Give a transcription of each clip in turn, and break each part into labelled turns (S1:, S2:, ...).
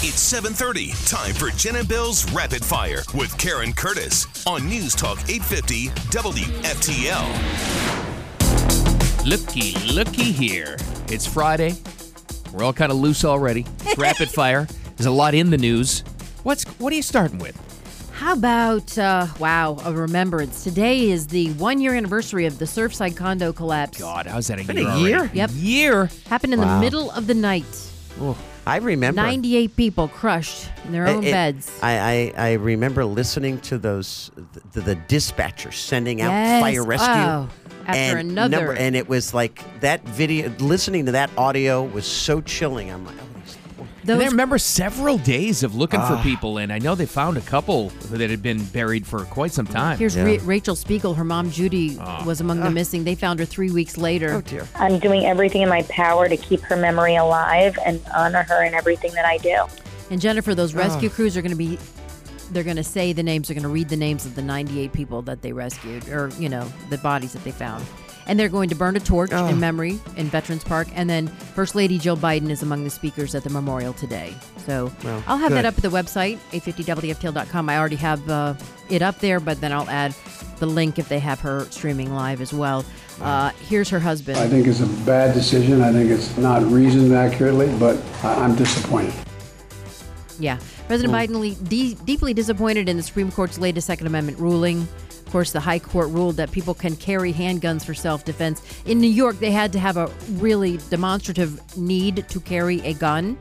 S1: It's 7:30. Time for Jen and Bill's Rapid Fire with Karen Curtis on News Talk 850 WFTL.
S2: Looky, looky here. It's Friday. We're all kind of loose already. It's rapid fire. There's a lot in the news. What's what are you starting with?
S3: How about, uh, wow, a remembrance? Today is the one year anniversary of the Surfside condo collapse.
S2: God, how's that a
S4: Been
S2: year?
S4: a
S2: already?
S4: year?
S3: Yep.
S2: Year.
S3: Happened in
S4: Wow.
S3: the middle of the night.
S4: I remember
S3: 98 people crushed in their own
S4: It- it-
S3: beds.
S4: I, I I remember listening to those the, the dispatchers sending out
S3: Yes.
S4: fire rescue.
S3: Oh, after
S4: and
S3: another.
S4: and it was like that video. Listening to that audio was so chilling. I'm like, oh, these-
S2: And I
S3: Those-
S2: remember several days of looking
S4: Ah.
S2: for people, and I know they found a couple that had been buried for quite some time.
S3: here's Ra- Rachel Spiegel. Her mom, Judy, was among the missing. They found her three weeks later.
S4: Ah. oh dear.
S5: I'm doing everything in my power to keep her memory alive and honor her in everything that I do.
S3: And Jennifer, those rescue crews are going to be. They're going to say the names. They're going to read the names of the 98 people that they rescued, or you know, the bodies that they found. And they're going to burn a torch in memory in Veterans Park. And then First Lady Jill Biden is among the speakers at the memorial today. So I'll have that
S4: good.
S3: up at the website, 850wftl.com. I already have uh, it up there, but then I'll add the link if they have her streaming live as well. Uh, here's her husband.
S6: I think it's a bad decision. I think it's not reasoned accurately, but I- I'm disappointed.
S3: Yeah. President Biden le- de- deeply disappointed in the Supreme Court's latest Second Amendment ruling. Of course, the High Court ruled that people can carry handguns for self defense. In New York, they had to have a really demonstrative need to carry a gun.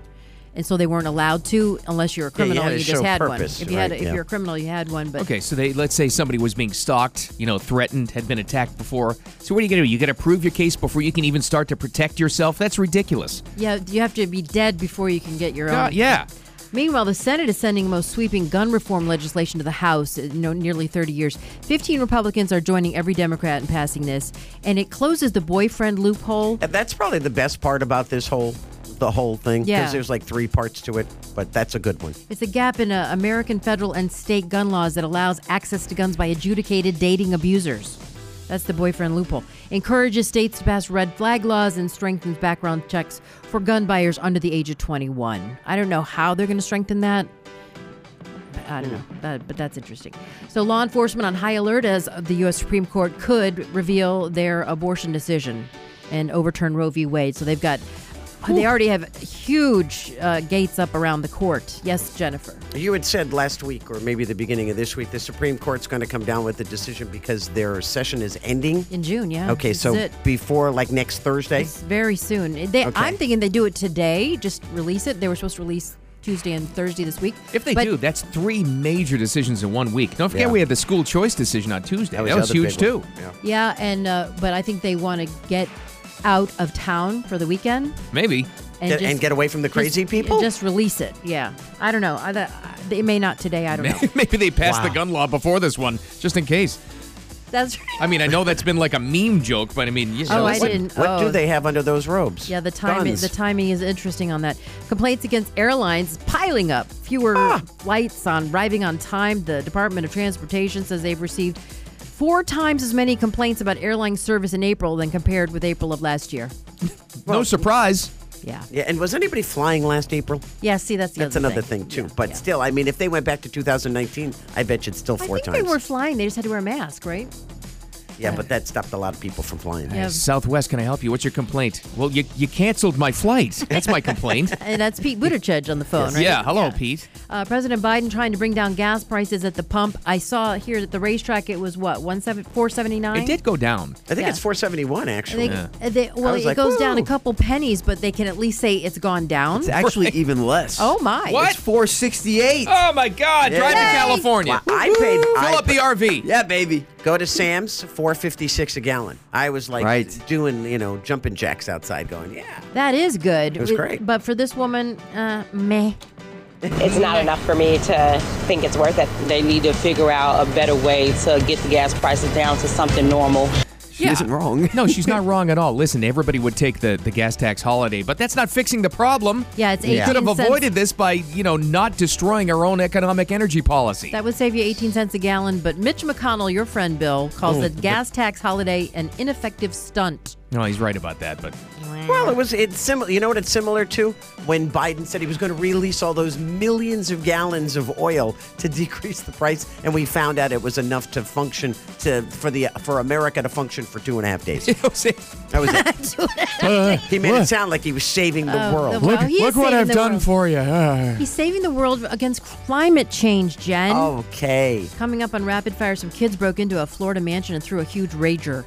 S3: And so they weren't allowed to unless you're a
S4: Yeah, you
S3: criminal.
S4: had to
S3: just
S4: show
S3: had
S4: purpose,
S3: one. If you had,
S4: right,
S3: if
S4: yeah.
S3: you're a criminal, you had one. But
S2: Okay, so they let's say somebody was being stalked, you know, threatened, had been attacked before. So what are you gonna do? You gotta prove your case before you can even start to protect yourself? That's ridiculous.
S3: yeah, you have to be dead before you can get your
S2: God,
S3: own.
S2: yeah.
S3: Meanwhile, the Senate is sending the most sweeping gun reform legislation to the House in you know, nearly 30 years. 15 Republicans are joining every Democrat in passing this, and it closes the boyfriend loophole.
S4: And That's probably the best part about this whole the whole thing because
S3: Yeah.
S4: there's like three parts to it, but that's a good one.
S3: It's a gap in uh, American federal and state gun laws that allows access to guns by adjudicated dating abusers. That's the boyfriend loophole. Encourages states to pass red flag laws and strengthens background checks for gun buyers under the age of 21. I don't know how they're going to strengthen that. I don't know, that, but that's interesting. So, law enforcement on high alert as the U.S. Supreme Court could reveal their abortion decision and overturn Roe v. Wade. So they've got, they already have huge uh, gates up around the court. Yes, Jennifer.
S4: You had said last week, or maybe the beginning of this week, the Supreme Court's going to come down with a decision because their session is ending.
S3: In June, yeah.
S4: Okay,
S3: This
S4: so
S3: is it.
S4: before like next Thursday.
S3: It's very soon. They,
S4: Okay.
S3: I'm thinking they do it today. Just release it. They were supposed to release Tuesday and Thursday this week.
S2: If they
S3: But-
S2: do, that's three major decisions in one week. Don't forget
S4: Yeah.
S2: we had the school choice decision on Tuesday. That was,
S4: the other
S2: huge
S4: big
S2: too.
S4: one. Yeah.
S3: yeah, and uh, but I think they want to get out of town for the weekend
S2: Maybe.
S3: and
S4: Get-
S3: just-
S4: and get away from the
S3: just-
S4: crazy people?
S3: Just release it. Yeah, I don't know. I, that, I- it may not today. I don't know.
S2: Maybe they passed the
S4: Wow.
S2: gun law before this one, just in case.
S3: That's
S2: I mean, I know that's been like a meme joke, but I mean, you know,
S3: oh, I
S2: what-
S3: didn't.
S4: What
S3: oh,
S4: do they have under those robes?
S3: Yeah, the timing
S4: Guns.
S3: the timing is interesting on that. Complaints against airlines piling up. Fewer
S4: Ah.
S3: flights on arriving on time. The Department of Transportation says they've received four times as many complaints about airline service in April than compared with April of last year.
S2: no surprise.
S3: Yeah.
S4: Yeah, and was anybody flying last April?
S3: Yeah, see that's the
S4: That's
S3: other
S4: another thing, too.
S3: Yeah,
S4: but
S3: yeah.
S4: still, I mean, if they went back to 2019, I bet you'd still
S3: I
S4: four
S3: think
S4: times.
S3: they were flying. They just had to wear a mask, right?
S4: yeah, but that stopped a lot of people from flying.
S3: Yeah.
S2: Southwest, can I help you? What's your complaint? Well, you, you canceled my flight. That's my complaint.
S3: And that's Pete Buttigieg on the phone, right?
S2: yeah, hello, Pete.
S3: Uh, President Biden trying to bring down gas prices at the pump. I saw here at the racetrack it was what one seven four seventy nine.
S2: It did go down.
S4: I think
S3: Yeah.
S4: it's 471, actually.
S3: They, uh, they, well,
S4: was
S3: it
S4: like,
S3: goes down a
S4: "Whoa."
S3: couple pennies, but they can at least say it's gone down.
S7: It's actually even less.
S3: oh my!
S2: What?
S7: It's 468.
S2: Oh, my God.
S4: Yeah.
S2: Drive to
S4: Yay.
S2: California.
S4: Wow, I paid. I,
S2: Fill up the RV.
S7: Yeah, baby.
S4: Go to Sam's, 456 a gallon. I was like
S7: Right.
S4: doing, you know, jumping jacks outside going, yeah.
S3: That is good. It
S4: was great.
S3: But for this woman, uh, meh.
S8: It's not enough for me to think it's worth it. They need to figure out a better way to get the gas prices down to something normal.
S7: She isn't wrong.
S2: No, she's not wrong at all. Listen, everybody would take the, the gas tax holiday, but that's not fixing the problem.
S3: Yeah, it's
S2: We
S3: 18
S2: could have
S3: cents.
S2: avoided this by, you know, not destroying our own economic energy policy.
S3: That would save you 18 cents a gallon. But Mitch McConnell, your
S4: Oh.
S3: friend Bill, calls the gas tax holiday an ineffective stunt.
S2: No, he's right about that, but
S4: Well, it was it's similar. You know what it's similar to? When Biden said he was going to release all those millions of gallons of oil to decrease the price, and we found out it was enough to function to for the for America to function for two and a half days. That was it. He made it sound like he was saving the world.
S3: Well,
S9: Look,
S3: he is
S9: look what
S3: saving
S9: I've
S3: the
S9: done
S3: world.
S9: for you. Ah.
S3: He's saving the world against climate change, Jen.
S4: Oh. Okay.
S3: Coming up on Rapid Fire, some kids broke into a Florida mansion and threw a huge rager.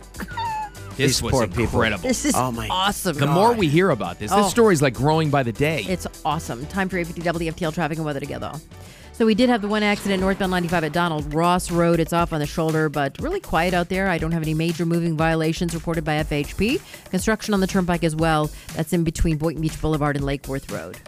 S2: This
S4: These
S2: was
S4: poor people.
S2: incredible.
S3: This is
S4: Oh, my
S3: awesome.
S2: the more we hear about this,
S3: Oh.
S2: this story's like growing by the day.
S3: It's awesome. Time for A50 WFTL traffic and weather together. So we did have the one accident northbound 95 at Donald Ross Road. It's off on the shoulder, but really quiet out there. I don't have any major moving violations reported by FHP. Construction on the turnpike as well. That's in between Boynton Beach Boulevard and Lake Worth Road.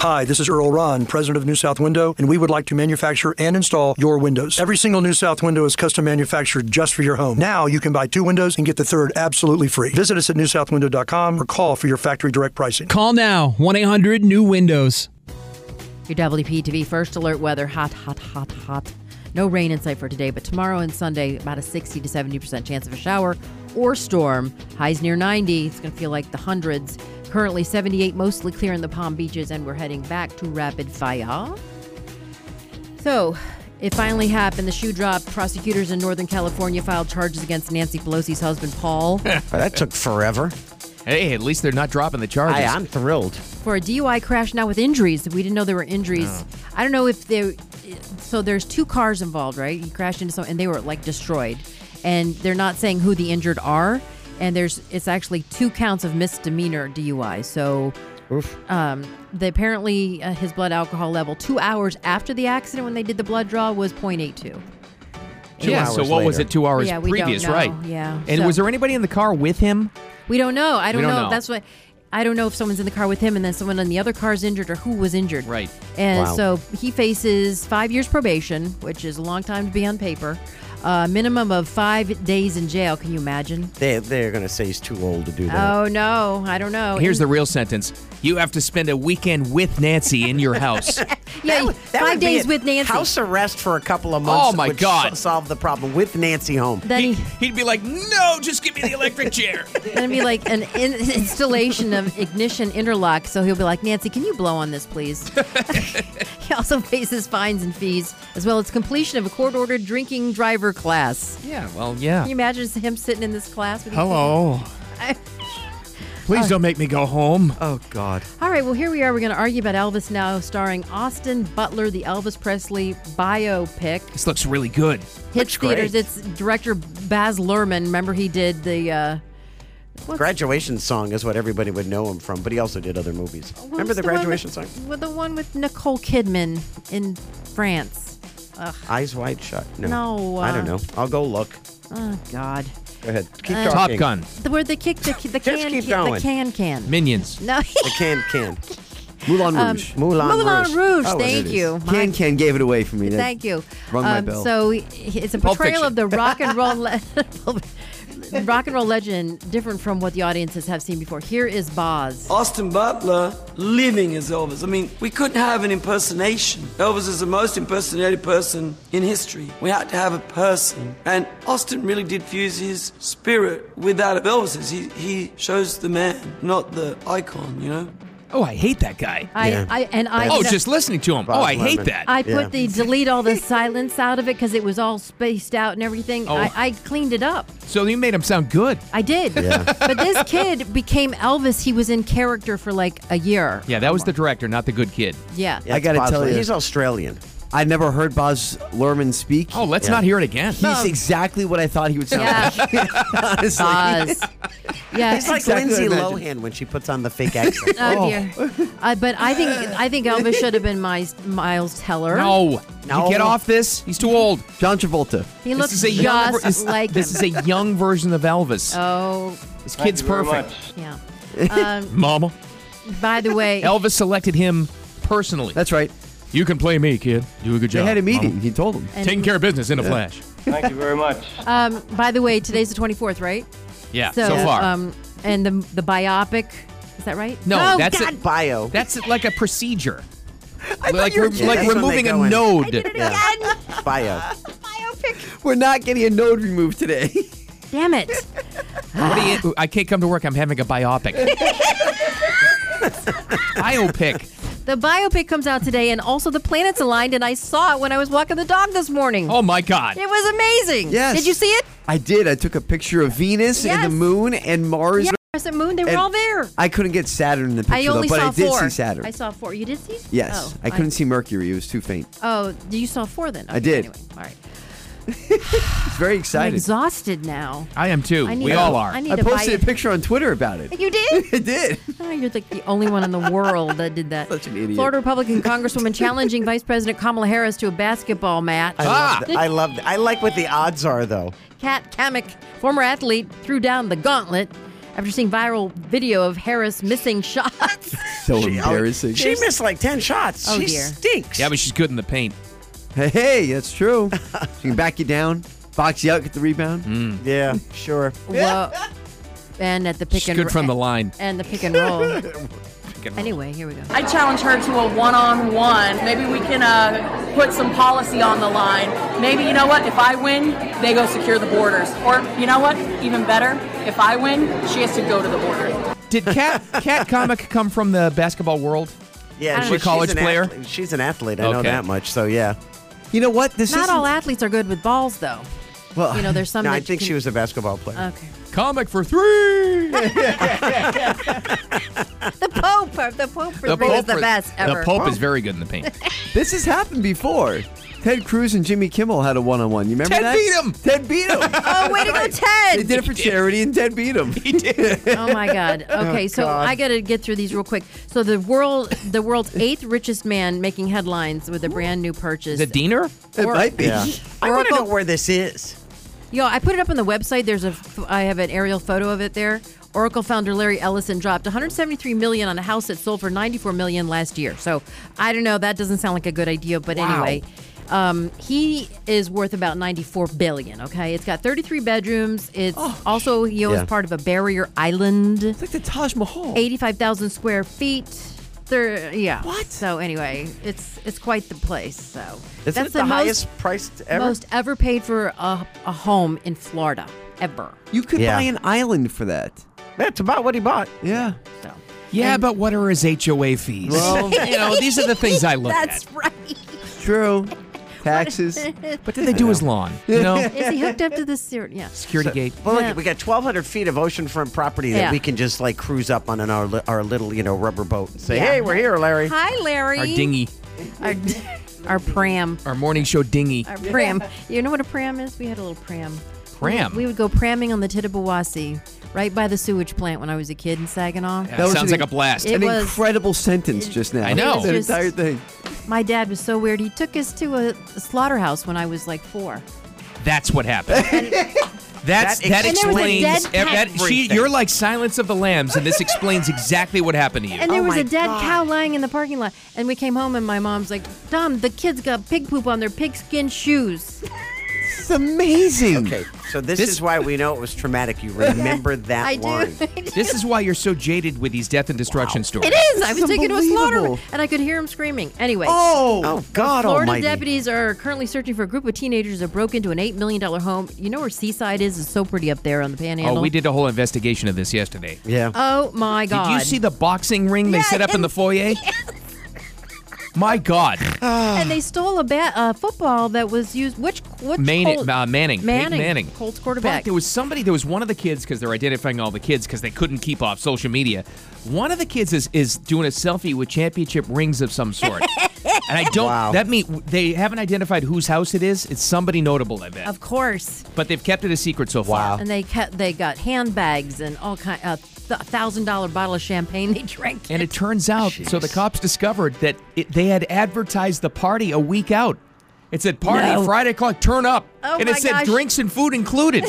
S10: Hi, this is Earl Ron, president of New South Window, and we would like to manufacture and install your windows. Every single New South window is custom manufactured just for your home. Now you can buy two windows and get the third absolutely free. Visit us at newsouthwindow.com or call for your factory direct pricing.
S11: Call now 1 800 New Windows.
S3: Your WPTV first alert weather hot, hot, hot, hot. No rain in sight for today, but tomorrow and Sunday, about a 60 to 70% chance of a shower or storm. Highs near 90. It's going to feel like the hundreds. Currently 78, mostly clear in the Palm Beaches, and we're heading back to rapid fire. So, it finally happened. The shoe dropped. Prosecutors in Northern California filed charges against Nancy Pelosi's husband, Paul,
S4: Oh, that took forever.
S2: hey, at least they're not dropping the charges.
S4: I, I'm thrilled.
S3: for a DUI crash now with injuries. We didn't know there were injuries. I don't know if they. So there's two cars involved, right? You crashed into some, and they were like destroyed, and they're not saying who the injured are. And there's it's actually two counts of misdemeanor DUI. So. Um, the apparently uh, his blood alcohol level two hours after the accident when they did the blood draw was 0.82.
S2: yeah,
S4: hours
S2: so what was
S4: later.
S2: it two hours
S3: Yeah, we don't
S2: previous,
S3: know.
S2: right?
S3: Yeah,
S2: And
S3: so-
S2: was there anybody in the car with him?
S3: We don't know. I don't,
S2: don't
S3: know.
S2: know.
S3: That's what I don't know if someone's in the car with him and then someone on the other car is injured or who was injured.
S2: Right.
S3: And
S4: Wow.
S3: so he faces five years probation, which is a long time to be on paper. A minimum of five days in jail. Can you imagine?
S4: They, they're going to say he's too old to do that.
S3: Oh no, I don't know.
S2: Here's
S3: And-
S2: the real sentence: You have to spend a weekend with Nancy in your house.
S3: yeah,
S4: That
S3: five
S4: would be
S3: days
S4: it.
S3: with Nancy.
S4: House arrest for a couple of months.
S2: Oh, my
S4: would
S2: God.
S4: so- solve the problem with Nancy home.
S3: then he,
S2: He'd be like, "No, just give me the electric chair."
S3: then it'd be like an in, installation of ignition interlock. So he'll be like, Nancy, can you blow on this, please? he also faces fines and fees, as well as completion of a court-ordered drinking driver class.
S2: yeah, well, yeah.
S3: Can you imagine him sitting in this class? With these
S9: Hello.
S3: I-
S9: Please don't make me go home.
S4: Oh God.
S3: people? All right, well, here we are. We're going to argue about Elvis now, starring Austin Butler, the Elvis Presley biopic.
S2: This looks really good.
S3: Hits theaters. It's director Baz Luhrmann. Remember, he did the. Uh, what's-
S4: Graduation song is what everybody would know him from, but he also did other movies.
S3: what
S4: Remember
S3: was
S4: the
S3: one with-
S4: graduation song?
S3: Well, the one with Nicole Kidman in France.
S4: Eyes wide shut. No.
S3: No,
S4: I don't
S3: uh,
S4: know. I'll go look.
S3: Oh, God.
S4: Go ahead. Keep
S3: Uh,
S4: talking.
S2: Top Gun,
S3: The, where they kick the, the can
S4: keep
S3: can. The
S4: going.
S3: can can.
S2: Minions.
S3: no.
S4: The can can.
S7: Moulin Rouge.
S4: Moulin,
S3: Um, Moulin
S4: Rouge.
S3: Rouge.
S4: Oh, there it
S3: Thank
S4: is.
S3: you. My
S7: Can Can gave it away for me. That-
S3: Thank you. Um,
S7: Rung my bell.
S3: So it's a
S2: Pulp
S3: portrayal
S2: Fiction.
S3: of the rock and roll le- rock and roll legend, different from what the audiences have seen before. Here is Boz.
S12: Oh,
S13: Austin Butler living as Elvis. I mean, we couldn't have an impersonation. Elvis is the most impersonated person in history. We had to have a person. And Austin really did fuse his spirit with that of Elvis's. He, he shows the man, not the icon, you know?
S2: Oh, I hate that guy.
S3: I,
S4: Yeah.
S3: I and I.
S2: oh, just listening to him. oh, I hate
S4: Lerman.
S2: that.
S3: I put
S4: Yeah.
S3: the delete all the silence out of it because it was all spaced out and everything.
S2: Oh.
S3: I, I cleaned it up.
S2: so you made him sound good.
S3: I did.
S4: Yeah.
S3: But this kid became Elvis. He was in character for like a year.
S2: Yeah, that was the director, not the good kid.
S3: Yeah.
S4: Yeah,
S7: I gotta
S4: Boz
S7: tell
S4: Luhrmann.
S7: you.
S4: he's Australian.
S7: I never heard Boz Lerman speak.
S2: Oh, let's not hear it again.
S7: He's exactly what I thought he would sound
S3: Yeah.
S7: like. Honestly.
S3: Boz. Yeah.
S4: He's like
S7: Exactly what I
S4: Lindsay
S7: imagined.
S4: Lohan when she puts on the fake accent.
S3: Oh, dear. Uh, but I think I think Elvis should have been my, Miles Teller.
S2: No,
S4: No.
S2: You get off this. He's too old.
S7: John Travolta.
S3: He
S2: this
S3: looks
S2: is a young, ver-
S3: just
S2: this-
S3: like him.
S2: this is a young version of Elvis.
S3: oh,
S2: this kid's perfect.
S3: yeah.
S2: Mama,
S3: By the way,
S2: Elvis selected him personally.
S7: That's right.
S2: you can play me, kid. Do a good
S7: They
S2: job.
S7: had a meeting.
S2: Mama.
S7: He told him.
S3: and-
S2: Taking care of business in a flash.
S13: Thank you very much.
S3: um, by the way, today's the 24th, right?
S2: Yeah, so, far.
S3: Um, and the the biopic, is that right?
S2: no,
S3: Oh,
S2: that's
S3: God,
S2: it.
S4: Bio.
S2: That's it, like a procedure. like
S7: you were
S2: we're-
S7: kidding.
S2: like
S4: That's when
S2: removing
S4: they
S2: a
S4: go in.
S2: node.
S4: Yeah. Bio.
S7: We're not getting a node removed today.
S3: damn it.
S2: What do you- I can't come to work. I'm having a biopic. Biopic.
S3: The biopic comes out today, and also the planets aligned, and I saw it when I was walking the dog this morning.
S2: Oh my God!
S3: It was amazing.
S7: Yes.
S3: Did you see it?
S7: I did. I took a picture of Venus and
S3: Yes.
S7: the moon and Mars.
S3: Yes, the moon. They were
S7: And
S3: all there.
S7: I couldn't get Saturn in the picture,
S3: I only
S7: though, but
S3: saw
S7: I did
S3: four.
S7: see Saturn.
S3: I saw four. You did see?
S7: yes.
S3: Oh,
S7: I couldn't see Mercury. It was too faint.
S3: Oh, you saw four then?
S7: I
S3: Okay,
S7: did.
S3: Anyway, all right.
S7: It's very
S3: I'm
S7: excited.
S3: exhausted now.
S2: I am too.
S3: I need We a- all are. I
S7: I,
S3: need a
S7: posted
S3: bio-
S7: a picture on Twitter about it.
S3: You did?
S7: I did.
S3: Oh, you're like the only one in the world that did that.
S7: Such an idiot.
S3: Florida Republican Congresswoman challenging Vice President Kamala Harris to a basketball match.
S4: I love that.
S3: Did-
S4: I love that. I like what the odds are, though.
S3: Kat Kamick, former athlete, threw down the gauntlet after seeing viral video of Harris missing shots.
S7: So embarrassing.
S4: She missed like 10 shots.
S3: Oh,
S4: she
S3: dear.
S4: stinks.
S2: Yeah, but she's good in the paint.
S7: Hey, hey, that's true. she can back you down, box you out, get the rebound.
S4: Yeah, sure.
S3: Whoa. And at the pick
S2: She's
S3: and
S2: good from the line.
S3: And the pick and roll.
S2: Freaking-
S3: anyway, here we go.
S12: I challenge her to a one-on-one. Maybe we can uh, put some policy on the line. Maybe you know what? If I win, they go secure the borders. Or you know what? Even better, if I win, she has to go to the border.
S2: Did Cat Cat Comic come from the basketball world?
S4: Yeah,
S2: Was
S4: she-
S2: she a college
S4: an
S2: player.
S4: athlete. She's an athlete. I know
S2: Okay.
S4: that much. So, yeah.
S7: You know what? This
S3: Not
S7: isn't-
S3: all athletes are good with balls, though.
S4: Well,
S3: You know, there's some
S4: No,
S3: that
S4: I think
S3: can- Uh,
S4: she was a basketball player.
S3: Okay.
S2: Comic for three.
S3: The Pope, the Pope was the, best ever.
S2: The Pope is very good in the paint.
S7: This has happened before. Ted Cruz and Jimmy Kimmel had a one-on-one. You remember
S2: Ted
S7: that?
S2: beat him.
S7: Ted beat him.
S3: Oh, way to go,
S7: they
S3: Ted!
S7: did it for charity, and Ted beat him.
S2: He did.
S3: Oh my God. Okay, so
S7: God.
S3: I got to get through these real quick. So the world, the world's eighth richest man making headlines with a brand new purchase.
S2: Is it Diener?
S7: It might be.
S4: Yeah. I want to
S3: Oracle-
S4: know where this is.
S3: Yo, I put it up on the website. There's a, f- I have an aerial photo of it there. Oracle founder Larry Ellison dropped 173 million on a house that sold for 94 million last year. So I don't know. That doesn't sound like a good idea, but anyway, um, he is worth about 94 billion. Okay, it's got 33 bedrooms. It's also he owns
S4: Yeah.
S3: part of a barrier island,
S7: It's like the Taj Mahal.
S3: 85,000 square feet. There, yeah.
S7: What?
S3: So anyway, it's it's quite the place. So
S4: Isn't it the,
S3: most-
S4: highest priced ever?
S3: most ever paid for a, a home in Florida ever.
S7: You could
S4: Yeah.
S7: buy an island for that.
S4: That's about what he bought.
S7: Yeah.
S3: So
S2: Yeah, but what are his HOA fees? you know, these are the things I look
S3: that's
S2: at.
S3: right.
S7: True. Taxes.
S2: What did they do his lawn? You know,
S3: Is he hooked up to the series? Yeah.
S2: security gate.
S4: Well, Oh, look,
S3: Yeah.
S4: we got 1,200 feet of oceanfront property that
S3: Yeah.
S4: we can just like cruise up on in our li- our little you know rubber boat and say,
S3: Yeah.
S4: "Hey, we're here, Larry."
S3: Hi, Larry.
S2: Our dinghy,
S3: Our, our pram.
S2: our morning show dinghy.
S3: Our pram. You know what a pram is? We had a little pram.
S2: Pram?
S3: We would go pramming on the Tittabawassee, right by the sewage plant when I was a kid in Saginaw.
S2: That sounds like a blast.
S3: It
S7: An
S3: was-
S7: incredible sentence just now.
S2: I know.
S7: That
S3: It was
S7: entire
S3: just-
S7: thing.
S3: My dad was so weird. He took us to a slaughterhouse when I was like four.
S2: That's what happened. That's
S4: That
S2: that,
S4: ex- And
S3: there was a
S2: explains
S3: dead
S2: ev-
S3: cat.
S2: that she,
S4: Everything.
S2: you're like Silence of the Lambs, and this explains exactly what happened to you.
S3: And there
S4: Oh
S3: was
S4: my
S3: a dead
S4: God.
S3: cow lying in the parking lot. And we came home, and my mom's like, Dom, the kids got pig poop on their pigskin shoes.
S7: It's amazing.
S4: Okay, so this,
S2: This-
S4: is why we know it was traumatic. You remember that
S3: I
S4: line.
S3: do. I do.
S2: This is why you're so jaded with these death and destruction stories.
S3: It is. I
S7: This
S3: was
S7: is
S3: taken to a slaughter,
S7: unbelievable.
S3: and I could hear him screaming. Anyway.
S7: Oh.
S4: Oh God
S3: Florida
S4: Almighty!
S3: deputies are currently searching for a group of teenagers that broke into an $8 million home. You know where Seaside is? It's so pretty up there on the panhandle.
S2: Oh, we did a whole investigation of this yesterday.
S4: Yeah.
S3: Oh, my God.
S2: Did you see the boxing ring they
S3: Yeah,
S2: set up in
S3: and-
S2: the foyer? My God,
S3: And they stole a bat, uh, football that was used. Which, which
S2: Man-
S3: Colt-
S2: uh, Manning, Peyton
S3: Manning.
S2: Manning.
S3: Colts
S2: But
S3: quarterback.
S2: there was somebody. There was one of the kids because they're identifying all the kids because they couldn't keep off social media. One of the kids is is doing a selfie with championship rings of some sort, and I don't.
S4: Wow.
S2: That mean they haven't identified whose house it is. It's somebody notable, I bet.
S3: of course.
S2: but they've kept it a secret so far.
S3: And they kept, they got handbags and all kind a th- thousand dollar bottle of champagne they drank.
S2: And it turns out, so the cops discovered that it, they had advertised the party a week out. It said party
S3: No.
S2: Friday o'clock, turn up,
S3: Oh
S2: and
S3: my
S2: it said
S3: gosh.
S2: drinks and food included.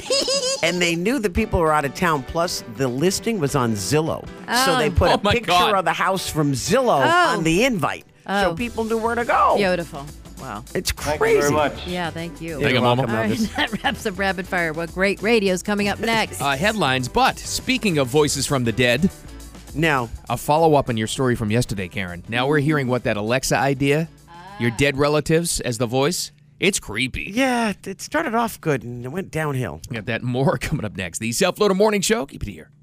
S4: And they knew the people were out of town. Plus, the listing was on Zillow, so they put
S2: Oh,
S4: a
S2: my
S4: picture
S2: God.
S4: of the house from Zillow
S3: Oh.
S4: on the invite, so people knew where to go.
S3: Beautiful. Wow.
S4: It's crazy.
S3: Yeah, thank you.
S2: Thank you, Mama.
S3: All right, that wraps up Rapid Fire. What great radio's coming up next.
S2: Uh, headlines, but speaking of voices from the dead,
S4: Now,
S2: a follow up on your story from yesterday, Karen. Now we're hearing what that Alexa idea, your dead relatives as the voice. It's creepy.
S4: yeah, it started off good and it went downhill.
S2: We got that and more coming up next. The Self Loader Morning Show. Keep it here.